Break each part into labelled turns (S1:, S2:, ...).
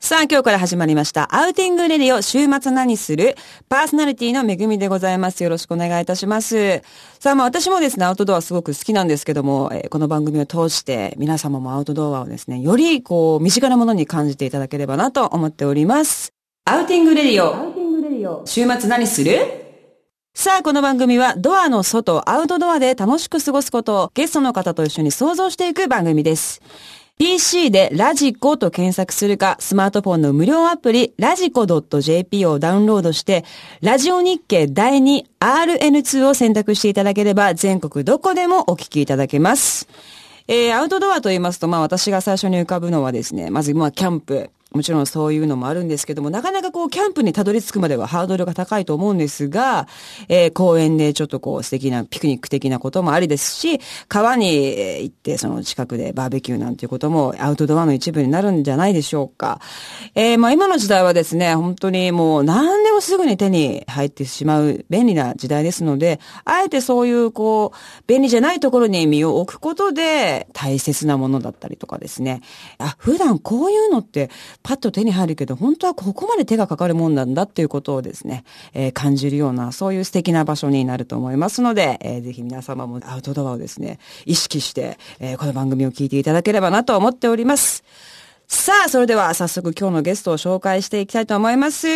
S1: さあ、今日から始まりました。アウティングレディオ週末何するパーソナリティのめぐみでございます。よろしくお願いいたします。さあ、まあ私もですね、アウトドアすごく好きなんですけども、えーこの番組を通して皆様もアウトドアをですね、よりこう、身近なものに感じていただければなと思っております。アウティングレディオ。週末何するさあ、この番組はドアの外、アウトドアで楽しく過ごすことをゲストの方と一緒に想像していく番組です。PC でラジコと検索するか、スマートフォンの無料アプリ、ラジコ .jp をダウンロードして、ラジオ日経第 2RN2 を選択していただければ、全国どこでもお聞きいただけます。えー、アウトドアと言いますと、まあ私が最初に浮かぶのはですね、まずまあキャンプ。もちろんそういうのもあるんですけども、なかなかこう、キャンプにたどり着くまではハードルが高いと思うんですが、えー公園でちょっとこう、素敵なピクニック的なこともありですし、川にえー行って、その近くでバーベキューなんていうこともアウトドアの一部になるんじゃないでしょうか。えーまあ今の時代はですね、本当にもう何でもすぐに手に入ってしまう便利な時代ですので、あえてそういうこう、便利じゃないところに身を置くことで大切なものだったりとかですね。あ、普段こういうのってパッと手に入るけど、本当はここまで手がかかるもんなんだっていうことをですね、えー感じるような、そういう素敵な場所になると思いますので、えーぜひ皆様もアウトドアをですね、意識して、えーこの番組を聞いていただければなと思っております。さあ、それでは早速今日のゲストを紹介していきたいと思います。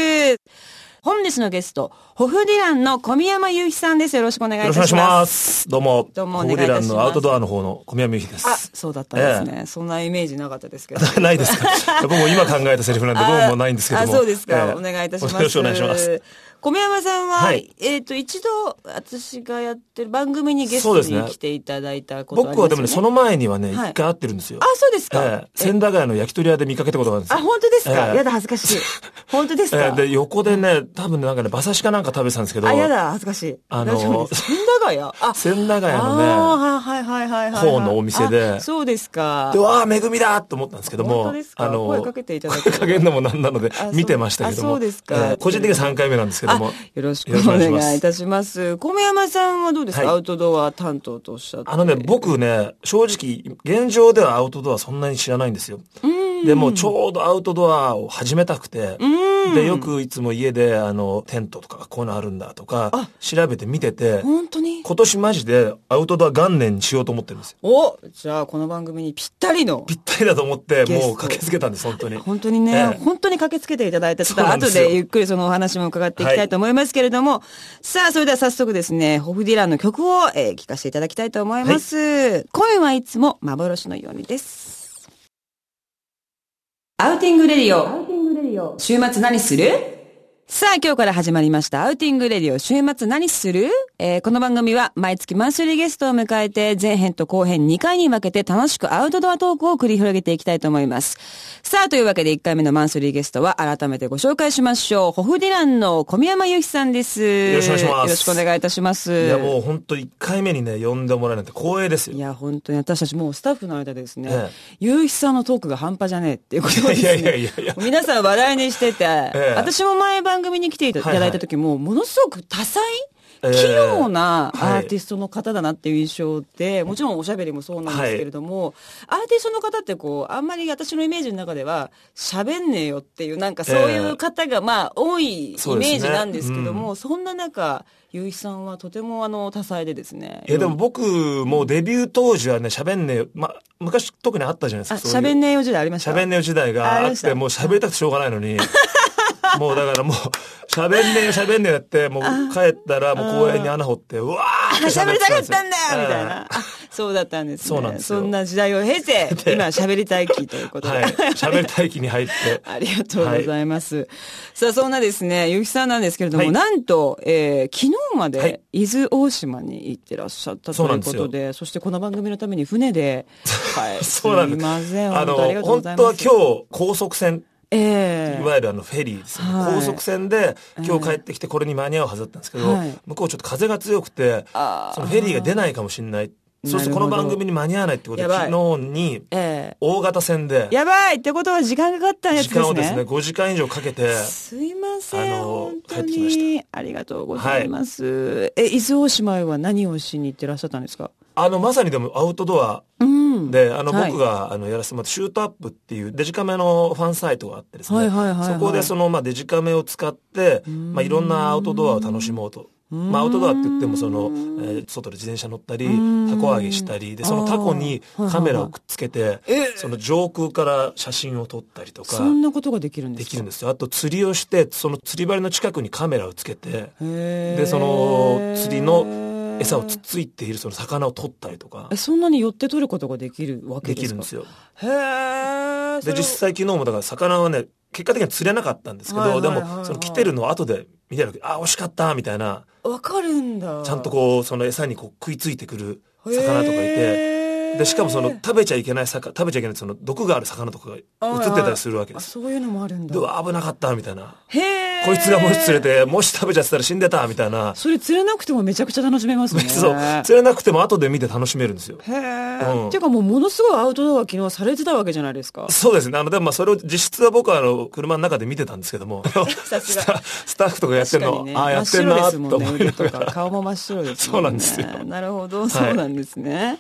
S1: 本日のゲスト、ホフディランの小宮山雄飛さんです。よろしくお願いい
S2: よ
S1: た
S2: ろ
S1: し
S2: しくお願
S1: ま
S2: い
S1: す。
S2: します。どうも、
S1: どうもお
S2: ホ
S1: 願い
S2: ー
S1: いたしま
S2: リラ
S1: す
S2: ンのアウトドアの方の小宮美幸で
S1: あ、
S2: す。
S1: そうだったんですね。そんなイメージなかったですけど。
S2: ないですか僕も今考えたセリフなん で、
S1: あ
S2: 僕もないんですけども。
S1: あ、そうですか。
S2: ええ
S1: お願いいたします。
S2: よろしくお願いします。。
S1: 小宮山さんは、
S2: はい
S1: えっ、と、一度、私がやってる番組にゲス
S2: そう
S1: ト
S2: ですね
S1: に来ていただいたことありますよ、
S2: 僕
S1: ね、
S2: はでもね、その前にはね、
S1: はい
S2: 一回会ってるんですよ
S1: あ。、そうですか。
S2: ええ千駄ヶ谷の焼き鳥屋で見かけたことがあるんです
S1: あ、
S2: よ。
S1: 本当ですか、
S2: ええ
S1: やだ、恥ずかしい。 本当ですか、
S2: ええで、横でね、多分ねなんかね、馬刺しかなんか食べてたんですけど、
S1: あ、やだ、恥ずかしい。
S2: あの
S1: 大丈夫 です千駄ヶ谷あ、
S2: 千駄ヶ谷のね、
S1: あーはいはいはいはいはい。
S2: 方のお店で
S1: あそうですか
S2: で、。わあ、めぐみだと思ったんですけど
S1: 本当
S2: も
S1: です、か
S2: あの、
S1: 声かけていただいて
S2: 声かけるのもなんなので
S1: あそう、
S2: 見てましたけども。
S1: あそうですか
S2: ええ個人的には3回目なんですけど
S1: あ
S2: も。
S1: よろしく
S2: よろしく
S1: お
S2: お願いします
S1: 願いいたします。小宮山さんはどうですか、
S2: はい
S1: アウトドア担当とおっしゃって。
S2: あのね、僕ね、正直、現状ではアウトドアそんなに知らないんですよ。でも、ちょうどアウトドアを始めたくて、で、よくいつも家で、あの、テントとかこういうのあるんだとか、調べて見てて、
S1: 本当に
S2: 今年マジでアウトドア元年にしようと思ってるんですよ。
S1: おじゃあこの番組にぴったりの
S2: ぴったりだと思って、
S1: ゲスト
S2: もう駆けつけたんです、本当に。
S1: 本当にね、
S2: ええ
S1: 本当に駆けつけていただいた。ちょっと
S2: そうなんで
S1: 後
S2: すよ
S1: でゆっくりそのお話も伺っていきたいと思いますけれども、さあ、それでは早速ですね、ホフディランの曲を、えー、聴かせていただきたいと思います。声はいつも幻のようにです。アウティングレディオ。週末何するさあ、今日から始まりました、アウティングレディオ、週末何するえーこの番組は、毎月マンスリーゲストを迎えて、前編と後編2回に分けて楽しくアウトドアトークを繰り広げていきたいと思います。さあ、というわけで1回目のマンスリーゲストは、改めてご紹介しましょう。ホフディランの小宮山由紀さんです。よ
S2: ろしくお願いします
S1: よろしくお願いいたします。
S2: いや、もう本当1回目にね、呼んでもらえるなんて光栄です
S1: い
S2: よ。
S1: や、本当に私たちもうスタッフの間でですね
S2: ええ、
S1: ゆうひさんのトークが半端じゃねえっていうことをですね。
S2: いやいやいやいや
S1: 皆さん話題にしてて、
S2: え
S1: 私も前番組に来ていた
S2: はいはい
S1: だいた時も、ものすごく多彩、
S2: ええ
S1: 器用な
S2: はい
S1: アーティストの方だなっていう印象で、もちろんおしゃべりもそうなんですけれども、アーティストの方ってこう、あんまり私のイメージの中では、喋んねえよっていう、なんかそういう方がまあ多いイメ
S2: そうですね
S1: ージなんですけども、そ,、ん、な中、ゆうひさんはとてもあの、多彩でですね。
S2: いや、でも僕もデビュー当時はね、喋んねえよ。ま、昔特にあったじゃないです
S1: あ、
S2: か。そういう
S1: 喋んねえよ時代ありました
S2: 喋んねえ時代
S1: あ
S2: が
S1: り
S2: あ
S1: ま
S2: っ
S1: した
S2: て、もう喋りたくてしょうがない のに。もうだからもう、喋んねえよ喋んねえよやって、もう帰ったらもう公園に穴掘って、うわーって
S1: 喋りたかったんだよ
S2: よ
S1: みたいな。。あそうだったんですね。
S2: そうなんですよ
S1: そんな時代を経て、 今喋りたい気ということ
S2: え
S1: で。
S2: えはい。喋りたい気に入って。
S1: ありがとうございます。さあ、そんなですね、ゆきさんなんですけれども、
S2: はい
S1: なんと、えー昨日ま
S2: は
S1: で
S2: い
S1: 伊豆大島に行ってらっしゃったと
S2: そうない
S1: うん
S2: で
S1: こ
S2: すよ
S1: とで、そしてこの番組のために船 で、はい、
S2: そうなんです。
S1: いません。本
S2: あ
S1: 当ありが
S2: の、
S1: とうご
S2: 本
S1: ざい
S2: 当は
S1: ます。
S2: 今日、高速船。
S1: ええ
S2: いわゆるあのフェリーですよね、
S1: はい
S2: 高速船で今日帰ってきてこれに間に合うはずだったんですけど、
S1: はい
S2: 向こうちょっと風が強くて
S1: あー
S2: そのフェリーが出ないかもしれないそしてこの
S1: なるほど
S2: 番組に間に合わないってこと
S1: や
S2: で
S1: ばい
S2: 昨日に
S1: え
S2: 大型船で
S1: えやばいってことは時間がかかったやつ
S2: 時
S1: ですね。
S2: 間をですね、5時間以上かけて、
S1: すいません、
S2: あの
S1: 本当
S2: 帰ってき
S1: に。ありがとうございます。え、伊豆大島へは何をしに行ってらっしゃったんですか
S2: あの、まさにでもアウトドア
S1: うん。
S2: で、あの、
S1: はい
S2: 僕が、あの、やらせてもらって、シュートアップっていうデジカメのファンサイトがあってです
S1: はい
S2: ね、
S1: はいはいはい
S2: そこでその、まあ、デジカメを使って、まあ、いろんなアウトドアを楽しもうと。まあ、アウトドアって言っても、その、えー外で自転車乗ったり、タ
S1: ん
S2: コ揚げしたり、で、そのタコに
S1: あーはいはいはい
S2: カメラをくっつけて
S1: え、
S2: その上空から写真を撮ったりとか
S1: そ、んなことができるんで
S2: です
S1: か
S2: きるんですよ。あと、釣りをして、その釣り針の近くにカメラをつけて、
S1: で
S2: で、その、釣りの餌をつっついているその魚を取ったりとか
S1: え、そんなに寄って取ることができるわけ
S2: で
S1: ですか
S2: きるんですよ。
S1: へーそ
S2: で
S1: れ
S2: 実際昨日もだから魚はね結果的には釣れなかったんですけど、
S1: はいはいはいはい
S2: でもその来てるのを後で見たらあ惜しかったみたいな
S1: わかるんだ
S2: ちゃんとこうその餌にこう食いついてくる魚とかいて
S1: て
S2: でしかもその食べちゃいけない魚食べちゃいけないその毒がある魚とかが映ってたりするわけで
S1: あ
S2: す。
S1: そういうのもあるんだ
S2: でうわ危なかったみたいな。
S1: へー
S2: こいつがもし釣れてもし食べちゃってたら死んでたみたいな。
S1: それ釣れなくてもめちゃくちゃ楽しめますね
S2: そう釣れなくても後で見て楽しめるんですよ。
S1: へえ、
S2: うん
S1: ていうかもうものすごいアウトドアは昨日されてたわけじゃないですか
S2: そうですね。あの、でもまあそれを実質は僕はあの、車の中で見てたんですけども、
S1: さすが
S2: スタスタッフとかやって
S1: 確
S2: る
S1: か
S2: の、
S1: にね
S2: ああ、や
S1: 真っ
S2: ってん
S1: 白で
S2: な
S1: す
S2: と
S1: もんね
S2: 思 い
S1: 腕
S2: な
S1: と
S2: が。
S1: から顔も真っ白ですも
S2: そ
S1: んね
S2: うなんですよ
S1: なるほどそうなんですね、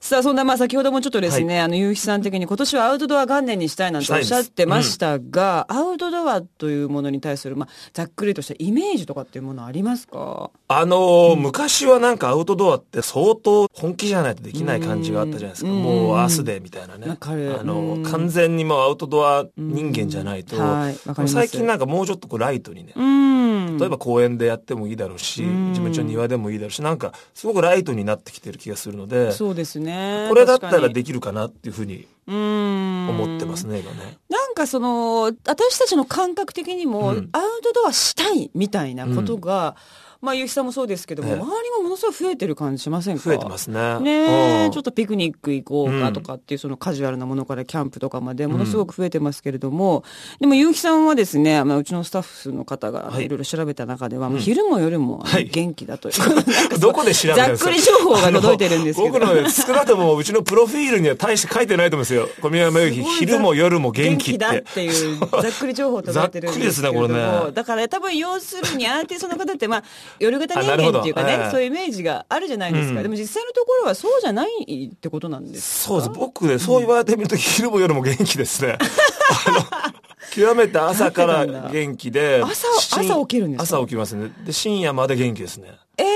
S1: さあそんなまあ先ほどもちょっとですね、あの結城さん的に今年はアウトドア元年にしたいなんておっしゃってましたがアウトドアというものに対するまあざっくりとしたイメージとかっていうものありますか
S2: あのー昔はなんかアウトドアって相当本気じゃないとできない感じがあったじゃないですか。
S1: うん
S2: もうアースデーみたいなね。
S1: わかる
S2: あのー
S1: うん
S2: 完全にもうアウトドア人間じゃないと、
S1: うんはいわかります
S2: 最近なんかもうちょっとこうライトにね、
S1: うん
S2: 例えば公園でやってもいいだろうし、
S1: ん
S2: 自分ちの庭でもいいだろうし、なんかすごくライトになってきてる気がするので、
S1: そうですね
S2: これだった
S1: 確からに
S2: できるかなっていうふうに
S1: うん
S2: 思ってますね、今ね。
S1: なんかその、私たちの感覚的にも、
S2: うん
S1: アウトドアしたいみたいなことが、まあ、ゆうきさんもそうですけども、
S2: ええ
S1: 周りもものすごい増えてる感じしませんか
S2: 増えてますね。
S1: ね
S2: う
S1: え、
S2: ん
S1: ちょっとピクニック行こうかとかっていう、そのカジュアルなものからキャンプとかまでものすごく増えてますけれども、でも結城さんはですね、まあ、うちのスタッフの方が
S2: はい
S1: いろいろ調べた中では、もう昼も夜もあ
S2: は
S1: の
S2: い
S1: 元気だという、なんかそう
S2: どこで調べたんですか
S1: ざっくり情報が届いてるんですけど
S2: あの 僕の少なくともうちのプロフィールには大して書いてないと思うんですよ。小宮山由紀、
S1: すごい
S2: 昼も夜も元気っ。
S1: だってていうざっくり情報を届いてるんですけれども
S2: ざっくりですねこれね
S1: だから多分要するにアーティストの方ってまあ夜型人
S2: あなるほ
S1: 間
S2: ど
S1: っていうかね、
S2: はい
S1: そういうイメージがあるじゃないですか、
S2: うん
S1: でも実際のところはそうじゃないってことなんです
S2: そうです。 僕ね、そう言われてみると昼も夜も元気で すね。あの極めて朝か
S1: なんてなんだ
S2: ら元気で。
S1: 朝
S2: 深
S1: 朝起きるんですか
S2: 朝起きますね。で、深夜まで元気ですね。
S1: えー、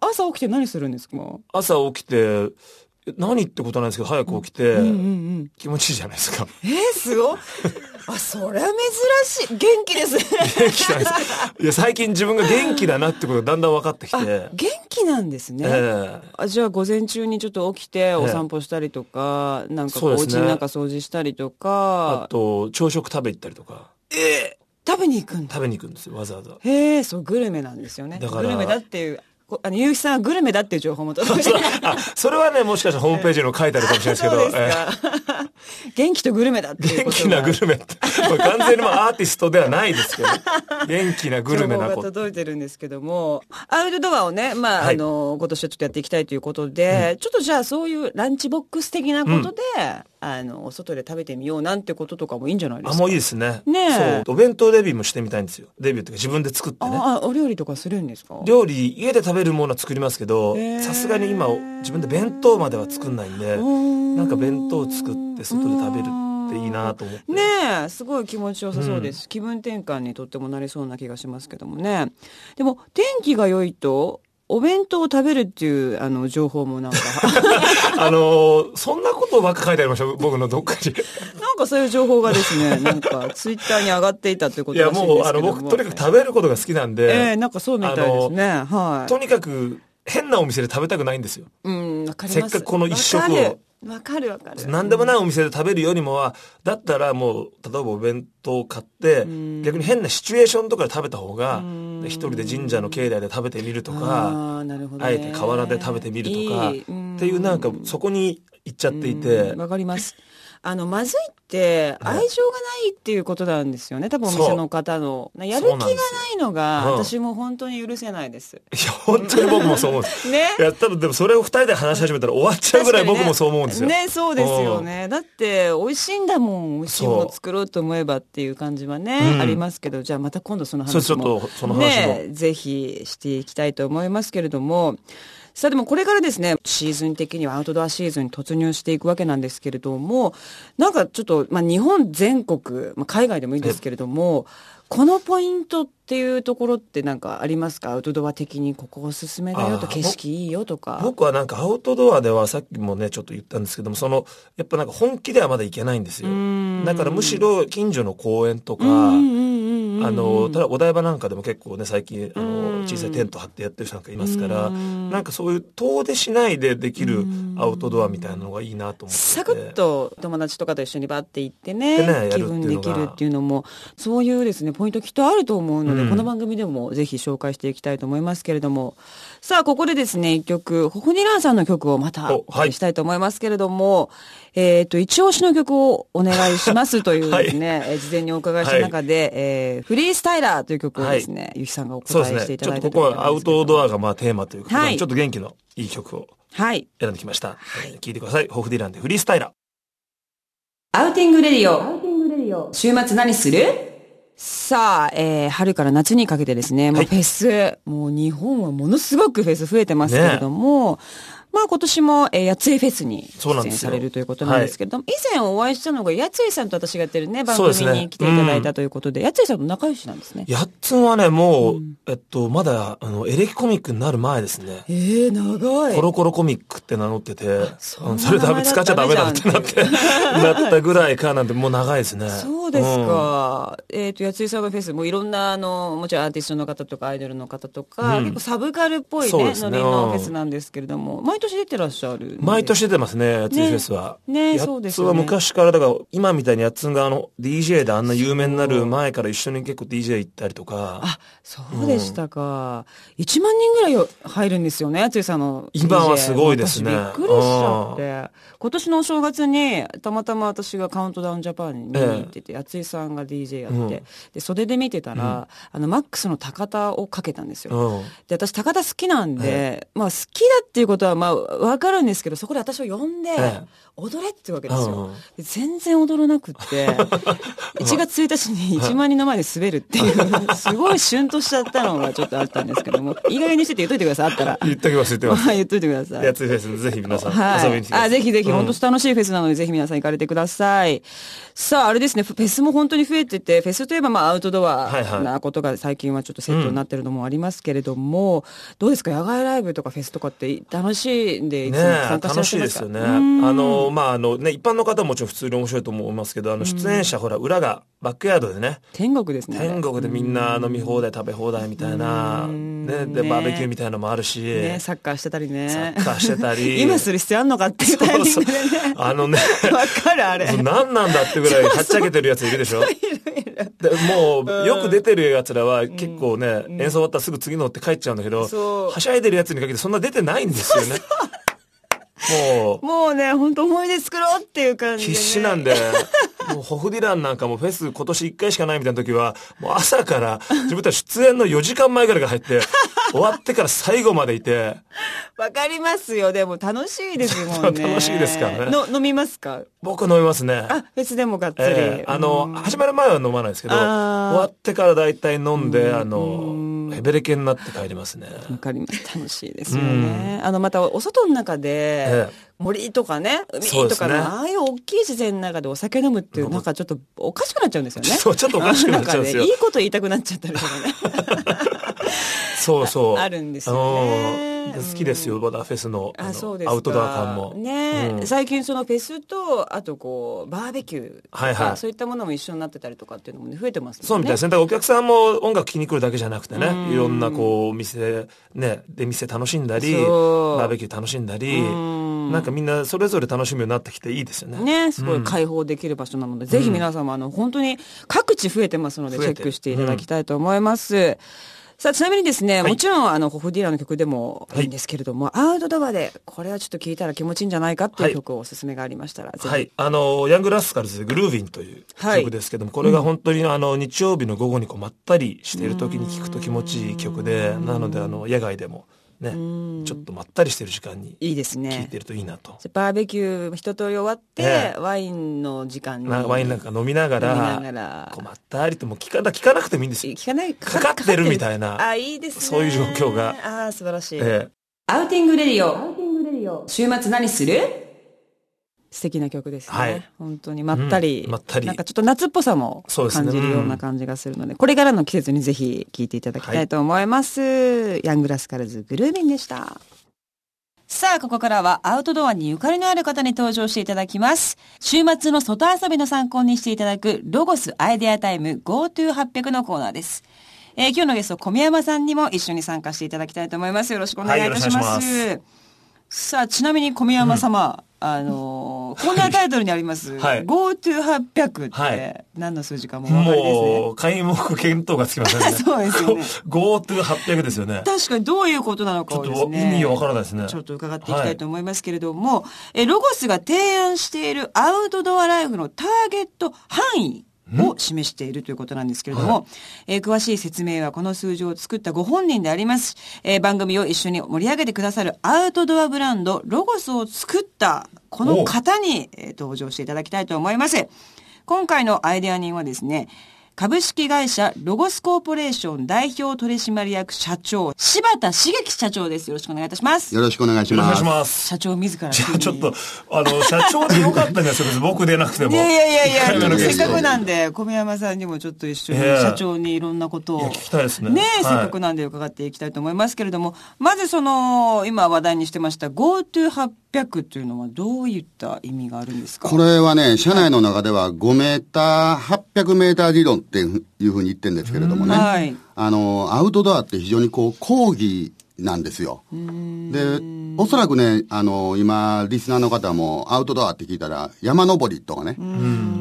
S1: 朝起きて何するんですか
S2: 朝起きて、何ってことないんですけど、早く起きて、
S1: うんうん
S2: 気持ちいいじゃないですか。
S1: えー、すごいあそれは珍しい元気ですね
S2: 元気じゃな いです。いや、最近自分が元気だなってことがだんだん分かってきて。
S1: あ
S2: え
S1: 元気なんですね、
S2: え
S1: あじゃあ午前中にちょっと起きてお散歩したりとか、なんかこうお
S2: そ
S1: 家
S2: うですね
S1: の中掃除したりと
S2: あ
S1: か、
S2: と、朝食食べ行ったりとか、
S1: 食べに行くんだ
S2: 食べに行くんですよ、わざわざ。
S1: へえ、そう、グルメなんですよね。
S2: だから
S1: グルメだっていう、こあの、ゆうきさんはグルメだっていう情報も届いてない。
S2: あ、それはね、もしかしたらホームページにも書いてあるかもしれないです け
S1: そう
S2: ど、
S1: ですか。 元気とグルメだって
S2: え
S1: い
S2: ー
S1: う
S2: 元
S1: こと
S2: 気なグ
S1: メ
S2: ルメって、これ完全にまあアーティストではないですけど、元気なグルメな
S1: 情
S2: こ
S1: 報が
S2: と。
S1: 届いてるんですけども、アウトドアをね、まあ、
S2: はい
S1: あの、今年はちょっとやっていきたいということで、ちょっとじゃあそういうランチボックス的なことで、あの、お外で食べてみようなんてこととかもいいんじゃないです
S2: あ、
S1: か。
S2: もういいですね。
S1: ねえ
S2: そう。お弁当レビューもしてみたいんですよ。レビューっていうか自分で作ってね。
S1: ああ、お料理とかするんですか
S2: 料理、家で食べるものは作りますけど
S1: へえ、
S2: さすがに今、自分で弁当までは作んないんで、
S1: な
S2: なんか弁当作って外で食べるっていいなと思っ て。
S1: ねえ、すごい気持ちよさそうです。気分転換にとってもなりそうな気がしますけどもね。でも、天気が良いと、お弁当を食べるっていう、あの、情報もなんか、
S2: あのーそんなことばっか書いてありました、僕のどっかに。
S1: なんかそういう情報がですね、なんか、ツイッターに上がっていたというこ
S2: い
S1: とら
S2: や、
S1: しいん
S2: もう、
S1: です
S2: あ
S1: けど
S2: の、
S1: も。
S2: 僕、とにかく食べることが好きなんで、
S1: ええなんかそうみたいですね。はい。
S2: とにかく、変なお店で食べたくないんですよ。
S1: うん、わかります。
S2: せっかくこの一食を
S1: わかるわかるわかる。
S2: 何でもないお店で食べるよりもは、だったらもう、例えばお弁当を買って、逆に変なシチュエーションとかで食べた方が、で一人で神社の境内で食べてみるとか、
S1: あーなるほどね
S2: あえて河原で食べてみるとか、
S1: いいうん
S2: っていうなんか、そこに行っちゃっていて
S1: うん、わかります。あの、まずいって、愛情がないっていうことなんですよね。多分お
S2: そ
S1: 店
S2: う
S1: の方の。なやる気
S2: そう
S1: が
S2: な
S1: なん
S2: ですよ
S1: いのが、
S2: うん
S1: 私も本当に許せないです。
S2: いや、本当に僕もそう思うんです。
S1: ね
S2: いや、多分でもそれを二人で話し始めたら終わっちゃうぐらい僕もそう思うんですよ。
S1: ね、そうですよね。だって、美味しいんだもん。美味しいもの作ろうと思えばっていう感じはね、
S2: うん
S1: ありますけど、じゃあまた今度その話も。
S2: そうちょっとその話も
S1: ね、ぜひしていきたいと思いますけれども、さあでもこれからですね、シーズン的にはアウトドアシーズンに突入していくわけなんですけれども、なんかちょっと、まあ日本全国、まあ海外でもいいですけれども、このポイントっていうところってなんかありますかアウトドア的にここおすすめだよと
S2: あー
S1: 景色いいよとか。
S2: 僕はなんかアウトドアではさっきもねちょっと言ったんですけどもそのやっぱなんか本気ではまだ行けないんですよ
S1: うん
S2: だからむしろ近所の公園とか
S1: うん
S2: あ
S1: うんうんうんうん
S2: のただお台場なんかでも結構ね最近あ
S1: うん
S2: の小さいテント張ってやってる人なんかいますから
S1: うん
S2: なんかそういう遠出しないででき
S1: う
S2: る
S1: ん
S2: アウトドアみたいなのがいいなと思って
S1: サクッと友達とかと一緒にバッて行って
S2: で
S1: ね
S2: ねや
S1: 気
S2: るっていう
S1: 分
S2: のが
S1: できるっていうのもそういうですねポイントきっとあると思うので、
S2: うん
S1: この番組でもぜひ紹介していきたいと思いますけれどもさあここでですね一曲ホホニランさんの曲をまたお
S2: おは
S1: 送
S2: い
S1: りしたいと思いますけれども、えっ、と一押しの曲をお願いしますというです ね、えー事前にお伺いした中で、えーフリースタイラーという曲をですね、ゆきさんがお
S2: そう
S1: 答え
S2: で
S1: し
S2: す
S1: て
S2: ね
S1: い
S2: ち
S1: た
S2: ょっ
S1: だい
S2: と
S1: た
S2: ここ
S1: という
S2: はアウトド
S1: ア
S2: アがまあテーマということで
S1: はい
S2: ちょっと元気のいい曲を
S1: はい
S2: 選んできましたえー聞いてくださいホフディランでフリースタイラー
S1: アウティングレディオ。週末何するさあ、えー、春から夏にかけてですね、もう
S2: はい
S1: フェス、もう日本はものすごくフェス増えてますけれども、まあ今年も、えー、やついフェスに
S2: そうなん
S1: 出
S2: で
S1: 演
S2: す
S1: さ
S2: よ
S1: れるということなんですけれども、以前お会いしたのが、やついさんと私がやってるね、番
S2: そう
S1: 組
S2: ですね
S1: に来ていただいたということで、やついさんと仲良しなんですね。
S2: やっつんはね、もう、えっと、まだ、あの、エレキコミックになる前ですね。
S1: えー、長い。
S2: コロコロコミックって名乗ってて、
S1: そんな
S2: うんそれダメ、使っちゃダメだってなって、 なったぐらいかなんて、もう長いですね。
S1: そうですか。えっ、と、やついさんのフェス、もういろんな、あの、もちろんアーティストの方とかアイドルの方とか、
S2: うん
S1: 結構サブカルっぽい
S2: そう
S1: ね、
S2: です
S1: ノ
S2: ね
S1: リのフェスなんですけれども、毎年出てらっしゃるんで
S2: うん。毎年出てますね、やついフェスは。
S1: ねね
S2: や
S1: そうで
S2: っ
S1: す
S2: つ
S1: よね
S2: んは昔から、だから、今みたいにやっつんがあの、DJ であんな有名になる前から一緒に結構 DJ 行ったりとか、
S1: あ、そうでしたか。1万人ぐらいよ入るんですよね、やついさんの DJ。
S2: 今はすごいですね
S1: 私びっくりしちゃって。今年のお正月に、たまたま私がカウントダウンジャパンに見に行ってて、やついさんが DJ やって、
S2: うん
S1: で、袖で見てたら、あの、マックスの高田をかけたんですよ。
S2: うん。
S1: で、私、高田好きなんで、まあ、好きだっていうことは、まあ、わかるんですけど、そこで私を呼んで、
S2: ええ
S1: 踊れってわけですよ。
S2: うんうん
S1: で全然踊らなく って、1月1日に1万人の前で滑るって いう、すごいシュンとしちゃったのがちょっとあったんですけども、意外にしてて言っといてください、あったら。
S2: 言っときます、言ってます。
S1: はい言っといてください
S2: や。ついフェス、ぜひ皆さん、
S1: は
S2: 遊びに来てくださ
S1: い。
S2: い。
S1: あ、ぜひぜひ、
S2: うん
S1: 本当楽しいフェスなので、ぜひ皆さん行かれてください。さあ、あれですね、フェスも本当に増えてて、フェスといえばまあアウトド
S2: はい
S1: ア
S2: はい
S1: なことが最近はちょっとセットになってるのもありますけれども、どうですか野外ライブとかフェスとかって楽しいんで、いつ
S2: ね
S1: も参加してら
S2: 楽
S1: っし
S2: し
S1: ゃ
S2: い
S1: いま
S2: ですす
S1: か
S2: よね。
S1: う
S2: あ
S1: ん
S2: の、まあ、あのね、一般の方はもちろん普通に面白いと思いますけど、あの、出演者、ほら、裏が、バックヤードでね、
S1: 天国ですね。
S2: 天国でみんな飲み放題、食べ放題みたいな、
S1: うん
S2: ね、で、
S1: ね
S2: バーベキューみたいなのもあるし、
S1: ね、サッカーしてたりね。
S2: サッカーしてた り
S1: 今する必要あんのかっていうタイミングでね。
S2: あのね、
S1: わかるあれ。
S2: そう何なんだってぐらい、はっちゃけてるやついるでしょでもう、よく出てるやつらは結構ね、演奏終わったらすぐ次乗って帰っちゃうんだけど、
S1: そう
S2: はしゃいでるやつにかけてそんな出てないんですよね。もう、
S1: もうね、本当思い出作ろうっていう感じで、ね。
S2: 必死なんで、もうホフディランなんかもフェス今年1回しかないみたいな時は、もう朝から自分たち出演の4時間前ぐらいから入って、終わってから最後までいて、
S1: わかりますよ。でも楽しいですもんね。
S2: 楽しいですからね
S1: の飲みますか
S2: 僕飲みますね。
S1: あ、フェスでもがっつり。
S2: ええあ
S1: うん
S2: の、始まる前は飲まないですけど、終
S1: あー
S2: わってから大体飲んで、あ
S1: うん
S2: の、ヘベレケになって帰りますね。
S1: わかります。楽しいですよね。あの、また、お外の中で
S2: ええ、
S1: 森とかね、
S2: そう
S1: 海
S2: で
S1: と
S2: す
S1: か
S2: ね
S1: の、ああいう大きい自然の中でお酒飲むっていう、なんかちょっとおかしくなっちゃうんですよね。
S2: そうちょっとおかしくなっちゃうんです よ
S1: あの中いいこと言いたくなっちゃったりとかね。
S2: そうそう。
S1: あるんですよね
S2: あの好きですよ、ボダフェスのあ
S1: あ、
S2: の
S1: そうですか。
S2: アウトドア感も。
S1: ねえ、
S2: うん
S1: 最近そのフェスと、あとこう、バーベキューとか、
S2: はいはい
S1: そういったものも一緒になってたりとかっていうのもね、増えてますもんね。
S2: そうみたいですね。だからお客さんも音楽聴きに来るだけじゃなくてね、いろんなこう、お店、ね、で店楽しんだり、
S1: そう
S2: バーベキュー楽しんだり、
S1: うん
S2: なんかみんなそれぞれ楽しむようになってきていいですよね。
S1: ね、すごい開放できる場所なので、ぜひ皆様、あの、本当に各地増えてますので、チ
S2: 増え
S1: ェ
S2: て
S1: ックしていただきたいと思います。さあ、ちなみにですね、もちろん、あの、ホフディーラーの曲でもいいんですけれども、アウトドアで、これはちょっと聴いたら気持ちいいんじゃないかってい
S2: は
S1: う
S2: い
S1: 曲をおすすめがありましたら、ぜひ
S2: はい。あの、ヤングラスカルズでグルーヴィンという
S1: はい
S2: 曲ですけども、これが本当にあの、日曜日の午後にこう、まったりしている時に聴くと気持ちいい曲で、なのであの、野外でもね、ちょっとまったりしてる時間に
S1: いいです
S2: 聴い
S1: ね。
S2: てるといいなと。
S1: じゃあバーベキュー一通り終わって、
S2: え
S1: ワインの時間に。
S2: なワインなんか飲みなが
S1: 飲みなが
S2: ら
S1: ら、
S2: こうまったりともう聞かな、聞かなくてもいいんですよ。
S1: 聞かない
S2: かかってるみたいな
S1: あ、いいですね。
S2: そういう状況が
S1: ああ、素晴らしい。
S2: ええ
S1: アウティングレディオ。週末何する素敵な曲ですね。
S2: はい
S1: 本当にまったり、
S2: うんまったり
S1: なんかちょっと夏っぽさも
S2: そうですね
S1: 感じるような感じがするので、これからの季節にぜひ聴いていただきたいと思います。ヤングラスカルズグルーミンでした。さあ、ここからはアウトドアにゆかりのある方に登場していただきます。週末の外遊びの参考にしていただくロゴスアイデアタイム GoTo800 のコーナーです。えー今日のゲスト小宮山さんにも一緒に参加していただきたいと思います。よろしくお願いいたします。
S2: はいよろしくお願
S1: さあ、ちなみに小宮山様、あのー、コーナータイトルにあります、
S2: はい
S1: GoTo800 っ
S2: は
S1: て
S2: い
S1: 何の数字かもうお分かりですね。
S2: もう、皆目見当がつきませんね。
S1: そうですよね
S2: GoTo800 ですよね。
S1: 確かにどういうことなのかをですね。
S2: ちょっと意味わからないですね
S1: ちょっと伺っていきたいと思いますけれども、え、ロゴスが提案しているアウトドアライフのターゲット範囲を示しているということなんですけれども、えー詳しい説明はこの数字を作ったご本人であります、えー番組を一緒に盛り上げてくださるアウトドアブランド、ロゴスを作ったこの方にえー登場していただきたいと思います。今回のアイデア人はですね、株式会社ロゴスコーポレーション代表取締役社長、柴田茂樹社長です。よろしくお願いいたします。
S3: よろしくお願いし
S2: お
S3: ます。
S2: 願いします。
S1: 社長自ら。
S2: じゃあちょっと、あの、社長でよかったんじゃないですか、別に僕でなくても。
S1: いやいやいやい
S2: 一回目の
S1: や、
S2: ゲ
S1: せっ
S2: スト
S1: かくなんで、小宮山さんにもちょっと一緒に
S2: ええ
S1: 社長にいろんなこと
S2: いや
S1: を。
S2: 聞きたいですね
S1: ねえ、せっ
S2: はい
S1: かくなんで伺っていきたいと思いますけれども、まずその、今話題にしてました GoTo800 というのはどういった意味があるんですか
S3: これはね、社内の中では5メーター、800メーター理論っていうふうに言ってるんですけれどもね、
S1: はい
S3: あの、アウトドアって非常にこう、講義なんですよ。で、おそらくね、あの、今、リスナーの方もアウトドアって聞いたら、山登りとかね、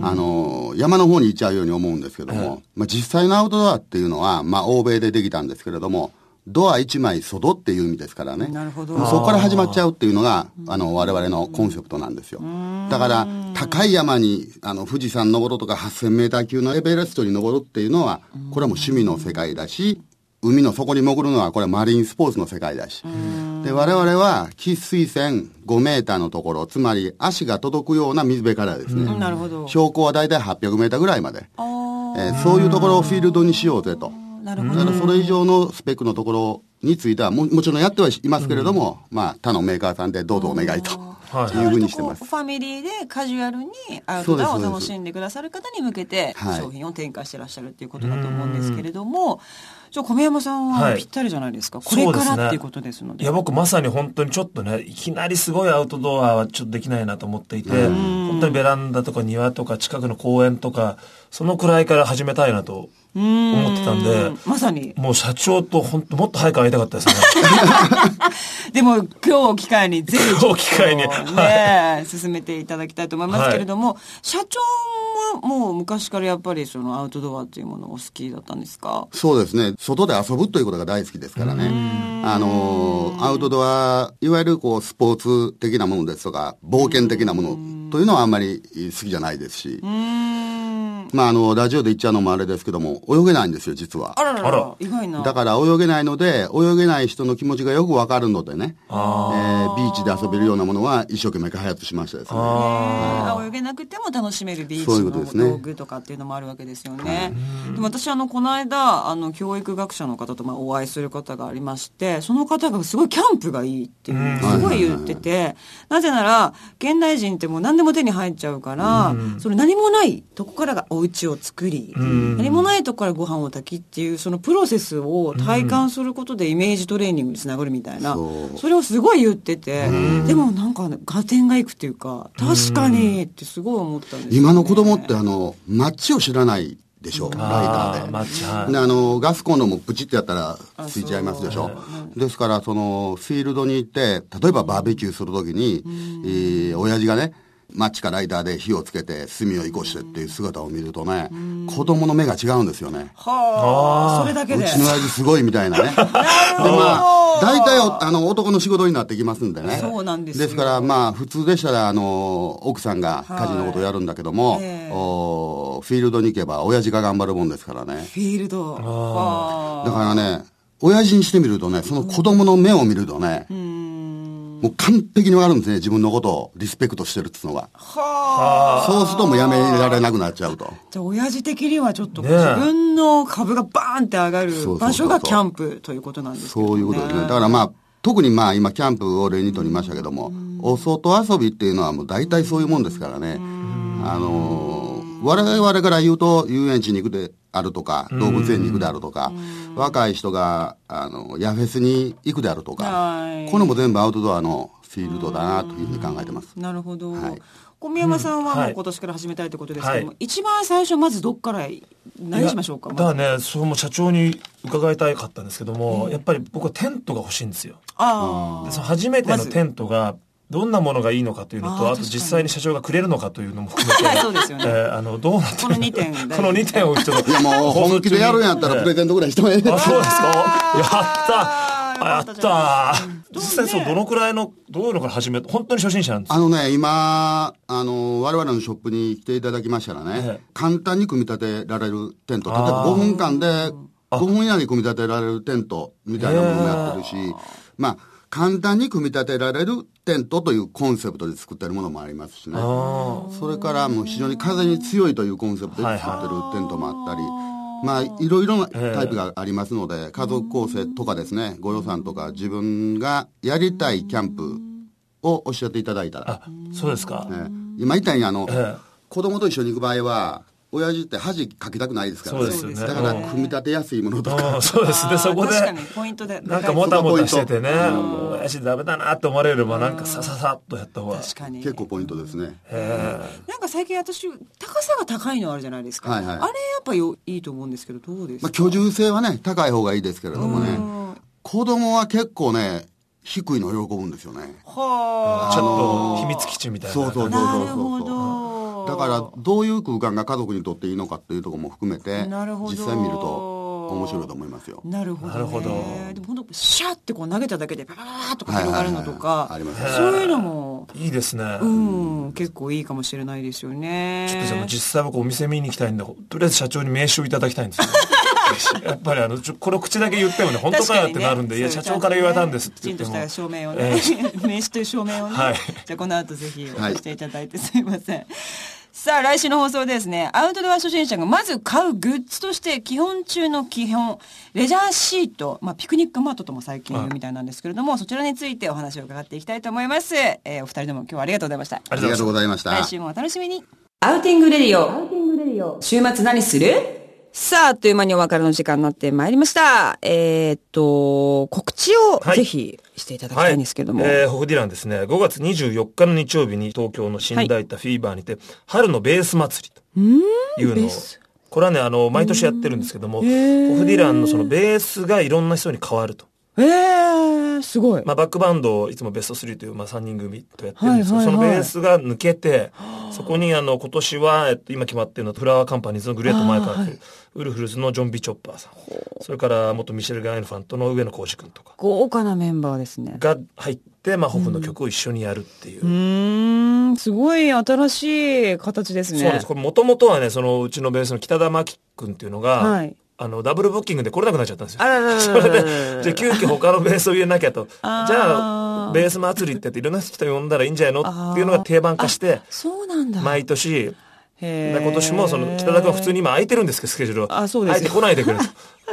S3: あの、山の方に行っちゃうように思うんですけども、まあ、実際のアウトドアっていうのは、まあ、欧米でできたんですけれども、ドア1枚外っていう意味ですからね。
S1: なるほど
S3: そこから始まっちゃうっていうのが、あの、我々のコンセプトなんですよ。だから、高い山に、あの、富士山登るとか8000メーター級のエベレストに登るっていうのは、これはもう趣味の世界だし、海の底に潜るのはこれはマリンスポーツの世界だし。で、我々は、喫水線5メーターのところ、つまり足が届くような水辺からですね。
S1: うんなるほど。
S3: 標高は大体800メーターぐらいまで。
S1: あー
S3: えーそういうところをフィールドにしようぜと。
S1: なる
S3: だ
S1: ほ
S3: か
S1: ど。
S3: らそれ以上のスペックのところについてはも、もちろんやってはいますけれども、まあ、他のメーカーさんでどうぞお願いと
S2: はい
S3: いうふうにしてま
S1: 割とこ
S3: す
S1: う。ファミリーでカジュアルにアウトドアを楽しんでくださる方に向けて
S3: はい
S1: 商品を展開してらっしゃるっていうことだと思うんですけれども、じゃあ小宮山さんは
S2: はい
S1: ぴったりじゃないですか。こ
S2: そうですね
S1: れからっていうことですの
S2: い
S1: で。
S2: や、僕まさに本当にちょっとね、いきなりすごいアウトドアはちょっとできないなと思っていて、本当にベランダとか庭とか近くの公園とか、そのくらいから始めたいなと思ってたんで、
S1: まさに。
S2: もう社長と本当もっと早く会いたかったです ね。
S1: でも今日を機会にぜひちょっと
S2: 今日を機会には
S1: ね、進めていただきたいと思いますけれども、社長はもう昔からやっぱりそのアウトドアっていうものをお好きだったんですか
S3: そうですね。外で遊ぶということが大好きですからね。あのー、アウトドア、いわゆるこう、スポーツ的なものですとか、冒険的なものというのはあんまり好きじゃないですし。
S1: うーん。
S3: まあ、あの、ラジオで言っちゃうのもあれですけども、泳げないんですよ、実は
S1: あ。ららら
S2: あら
S1: 意外な。
S3: だから泳げないので、泳げない人の気持ちがよくわかるのでね、えービーチで遊べるようなものは一生懸命開発しましたですね。
S1: あ泳げなくても楽しめるビー
S3: そう
S1: チ
S3: いうことですね
S1: の道具とかっていうのもあるわけですよね。でも私あのこの間あの教育学者の方とまあお会いする方がありましてその方がすごいキャンプがいいっていうすごい言っててなぜなら現代人ってもう何でも手に入っちゃうからその何もないとこからがお家を作り何もないとこからご飯を炊きっていうそのプロセスを体感することでイメージトレーニングにつながるみたいな
S3: そう
S1: それをすごい言ってて、でもなんか合点がいくっていうか、確かにってすごい思ったんですよね
S3: 今の子供ってあの、マッチを知らないでしょ、ライタ
S2: あ
S3: ー
S2: ー
S3: で。
S2: マッチはい
S3: であの、ガスコンロもプチってやったらついちゃいますでしょ。ですから、その、フィールドに行って、例えばバーベキューするときに、えー親父がね、マッチかライターで火をつけて、炭をいこしてっていう姿を見るとね、子供の目が違うんですよね。
S1: はあ、
S2: あー
S1: それだけ
S3: う
S1: で。
S3: ちの親父すごいみたいな ね。
S1: な
S3: で
S1: るほど
S3: まあ、大体おあの男の仕事になってきますんでね。
S1: そうなんですよ
S3: ですからまあ普通でしたらあの奥さんが家事のことをやるんだけども、
S1: はいええ
S3: おフィールドに行けば親父が頑張るもんですからね。
S1: フィールド。は
S3: だ
S1: あ。
S3: からね、親父にしてみるとね、その子供の目を見るとね、もう完璧にわかるんですね、自分のことをリスペクトしてるっていうのが。
S1: はあ。
S3: そうするともうやめられなくなっちゃうと。
S1: じゃあ、親父的にはちょっと、
S2: ね
S1: 自分の株がバーンって上が
S3: そうそうそ
S1: る
S3: う
S1: 場所がキャンプということなんですけどね。
S3: そういうことですね。だからまあ、特にまあ今キャンプを例にとりましたけども、お外遊びっていうのはもう大体そういうもんですからね。あのー我々から言うと遊園地に行くであるとか、動物園に行くであるとか、若い人が、あの、ヤフェスに行くであると
S1: は
S3: か、
S1: い
S3: これも全部アウトドアのフィールドだなというふうに考えてます。
S1: なるほど、
S3: はい
S1: 小宮山さんは
S2: うん
S1: も
S2: は
S1: う
S2: い
S1: 今年から始めたいということですけども、
S2: はい
S1: 一番最初まずどっから何しましょうか
S2: いや
S1: まず
S2: だからね、そうもう社長に伺いたかったんですけども、やっぱり僕はテントが欲しいんですよ。
S1: あ
S2: で
S1: あ
S2: その初めてのテントがどんなものがいいのかというの
S1: あー
S2: と、あと
S1: 確かに
S2: 実際に社長がくれるのかというのも含めて、
S1: そうですよね
S2: えーあのどうなってる
S1: この二点大事
S2: この2点をちょっと
S3: いやもう本気でやるんやったらプレゼントぐらいしてもええ
S2: あ、そうですかやった
S1: あーよか
S2: や
S1: っ
S2: ったた
S1: じゃ
S2: 実際そう、どのくらいの、どういうのから始め本当に初心者なんです
S3: あのね、今、あの、我々のショップに来ていただきましたらね、
S2: ええ
S3: 簡単に組み立てられるテント、例えば
S2: あー
S3: 5分間で、5分以内に組み立てられるテントみたいなものもやってるし、まあ、簡単に組み立てられるテントというコンセプトで作ってるものもありますしね。
S2: あ
S3: それからもう非常に風に強いというコンセプトで作ってるテントもあったり、まあいろいろなタイプがありますので、家族構成とかですね、ご予算とか自分がやりたいキャンプをおっしゃっていただいたら、
S2: あ、そうですか。
S3: ええ今言ったようにあの、
S2: ええ
S3: 子供と一緒に行く場合は、親父って恥かきたくないですからね。
S2: そうですよね
S3: だから
S2: うん
S3: 組み立てやすいものとか、
S2: うんそうです
S1: あー
S2: ね、そこで
S1: 確。かにポイントで
S2: なんかもたもたしててね、もう親父ダメだなって思われるよりも、なんかさささっとやった方が。
S1: 確かに
S3: 結構ポイントですね。
S2: ええ
S1: なんか最近私高さが高いのあるじゃないですか、
S3: はいはい
S1: あれやっぱよいいと思うんですけどどうですか、
S3: まあ居住性はね、高い方がいいですけれどもね、子供は結構ね、低いの喜ぶんですよね。
S1: はあ
S2: ちょっと秘密基地みたいな。
S3: そうそうそうそう
S1: なるほど
S3: だからどういう空間が家族にとっていいのかっていうところも含めて
S1: なるほど
S3: 実際見ると面白いと思いますよ。
S1: なるほど、ね、
S2: なるほど
S1: でも本当シャーってこう投げただけでバーッとか広がるのとか、
S3: はいはいはいはいあります
S1: そういうのも
S2: いいですね。
S1: うん結構いいかもしれないですよね
S2: ちょっとじゃあもう実際僕お店見に行きたいんで、とりあえず社長に名刺をいただきたいんですよ。 やっぱりあの、ちょこの口だけ言ってもね、本当かよってなるんで、いや、社長から言われたんですって
S1: きち
S2: 言
S1: んと
S2: って
S1: し
S2: も。
S1: た証明を
S2: え
S1: ね、
S2: え
S1: 名刺という証明をね、
S2: はい
S1: じゃあこの後ぜひお
S3: はい
S1: していただいてすいません、さあ来週の放送ですねアウトドア初心者がまず買うグッズとして基本中の基本レジャーシート、まあ、ピクニックマートとも最近言うみたいなんですけれども、そちらについてお話を伺っていきたいと思います、えーお二人とも今日はありがとうございました
S3: ありがとうございました。
S1: 来週もお楽しみに。アウティングレディオ。週末何するさあ、あっという間にお別れの時間になってまいりました。えーっと、告知を
S2: はい
S1: ぜひしていただきたいんですけども。
S2: はいえーホフディランですね、5月24日の日曜日に東京の新大田フィーバーにて、春のベース祭りというのを、これはね、あの、毎年やってるんですけども、ホフディランのそのベースがいろんな人に変わると。
S1: えー、すごい。
S2: まあ、バックバンドをいつもベスト3という、まあ、3人組とやってるんですけど、
S1: はいはいはい
S2: そのベースが抜けて、そこにあの、今年は、えっと、今決まってるのはフラワーカンパニーズのグレートマイカーという、ウルフルズのジョン・ビチョッパーさん、それから元ミシェル・ガン・エルファントの上野浩二君とか
S1: 豪華なメンバーですね。
S2: が入って、まあ、ホフの曲を一緒にやるっていう。
S1: うーん、すごい新しい形ですね。
S2: そうなんです。これもともとはね、そのうちのベースの北田真希君っていうのが、
S1: はい
S2: あの、ダブルブッキングで来れなくなっちゃったんですよ。
S1: あらららららららら
S2: じゃあ急遽他のベースを入れなきゃと。じ
S1: あー
S2: ゃあ、ベース祭りってやっていろんな人呼んだらいいんじゃないのっていうのが定番化して、
S1: そうなんだ。
S2: 毎年、
S1: へー
S2: 今年もその北田君は普通に今空いてるんですけど、スケジュールは。
S1: あそうですよ
S2: 空いてこないでくれ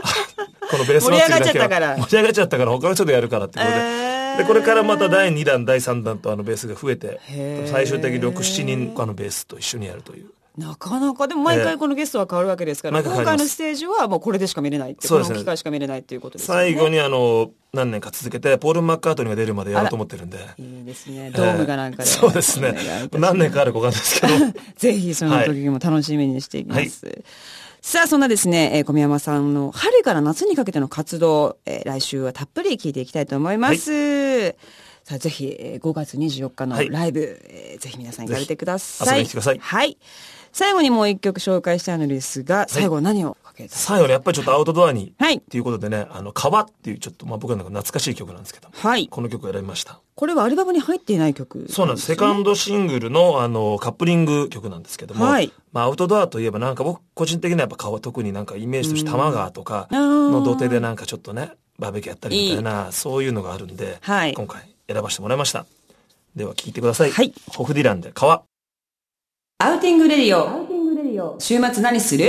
S2: と。このベース祭りだけ
S1: 盛り上
S2: は
S1: がっちゃったから
S2: 盛り上がっちゃったから他の人でやるからってことで。
S1: へー
S2: で、これからまた第2弾、第3弾とあのベースが増えて
S1: へー、
S2: 最終的に6、7人あのベースと一緒にやるという。
S1: なかなか、でも毎
S2: え
S1: 回
S2: え
S1: このゲストは変わるわけですから、
S2: 毎回
S1: 今
S2: 変わ
S1: 回
S2: ります
S1: のステージはもうこれでしか見れないって、
S2: そう
S1: こ
S2: で
S1: の
S2: す
S1: 機
S2: ね
S1: 会しか見れないっていうことですよね。
S2: 最後にあの、何年か続けて、ポール・マッカートニーが出るまでやろうと思ってるんで。
S1: いいですね。ドームがなんかで、
S2: えーそうです
S1: お
S2: ね
S1: 願いいたします。
S2: 何年かあるかわかんないで すけど。
S1: ぜひその時も楽しみにしていきます。さあ、そんなですね、えー小宮山さんの春から夏にかけての活動、えー来週はたっぷり聞いていきたいと思います。さあ、ぜひ、えー5月24日の
S2: はい
S1: ライブ、えーぜひ皆さん行かれてください。
S2: ぜひ遊びに来てください
S1: はい。最後にもう一曲紹介したいのですが、最後何をかけた
S2: 最後にやっぱりちょっとアウトドアに、
S1: はい
S2: っていうことでね、あの、川っていうちょっと、まあ僕らなんか懐かしい曲なんですけど、
S1: はい
S2: この曲を選びました。
S1: これはアルバムに入っていない曲。
S2: そうなんです。セカンドシングルの、あの、カップリング曲なんですけども、
S1: はい
S2: まあアウトドアといえばなんか僕個人的にはやっぱ川特になんかイメージとして多摩川とか
S1: うん
S2: の土手でなんかちょっとね、バーベキューやったりみたいな、そういうのがあるんで、
S1: はい
S2: 今回選ばせてもらいました。では聴いてください。
S1: はい
S2: ホフディランで川。
S1: アウティングレディオ。週末何する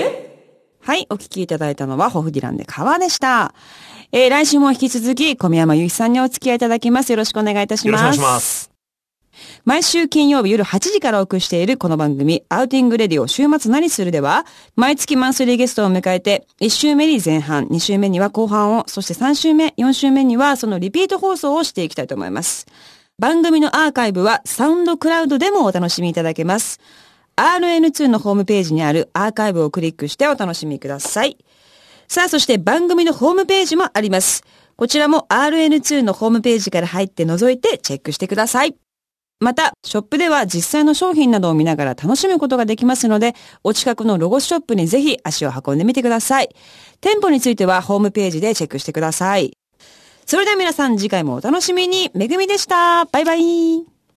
S1: はい、お聞きいただいたのは、ホフディランで川でした。えー来週も引き続き、小宮山由紀さんにお付き合いいただきます。よろしくお願いいたし
S2: よろ
S1: ます。
S2: しくお願いします。
S1: 毎週金曜日夜8時からお送りしているこの番組、アウティングレディオ週末何するでは、毎月マンスリーゲストを迎えて、1週目に前半、2週目には後半を、そして3週目、4週目にはそのリピート放送をしていきたいと思います。番組のアーカイブはサウンドクラウドでもお楽しみいただけます。RN2 のホームページにあるアーカイブをクリックしてお楽しみください。さあ、そして番組のホームページもあります。こちらも RN2 のホームページから入って覗いてチェックしてください。また、ショップでは実際の商品などを見ながら楽しむことができますので、お近くのロゴスショップにぜひ足を運んでみてください。店舗についてはホームページでチェックしてください。それでは皆さん次回もお楽しみに。めぐみでした。バイバイ。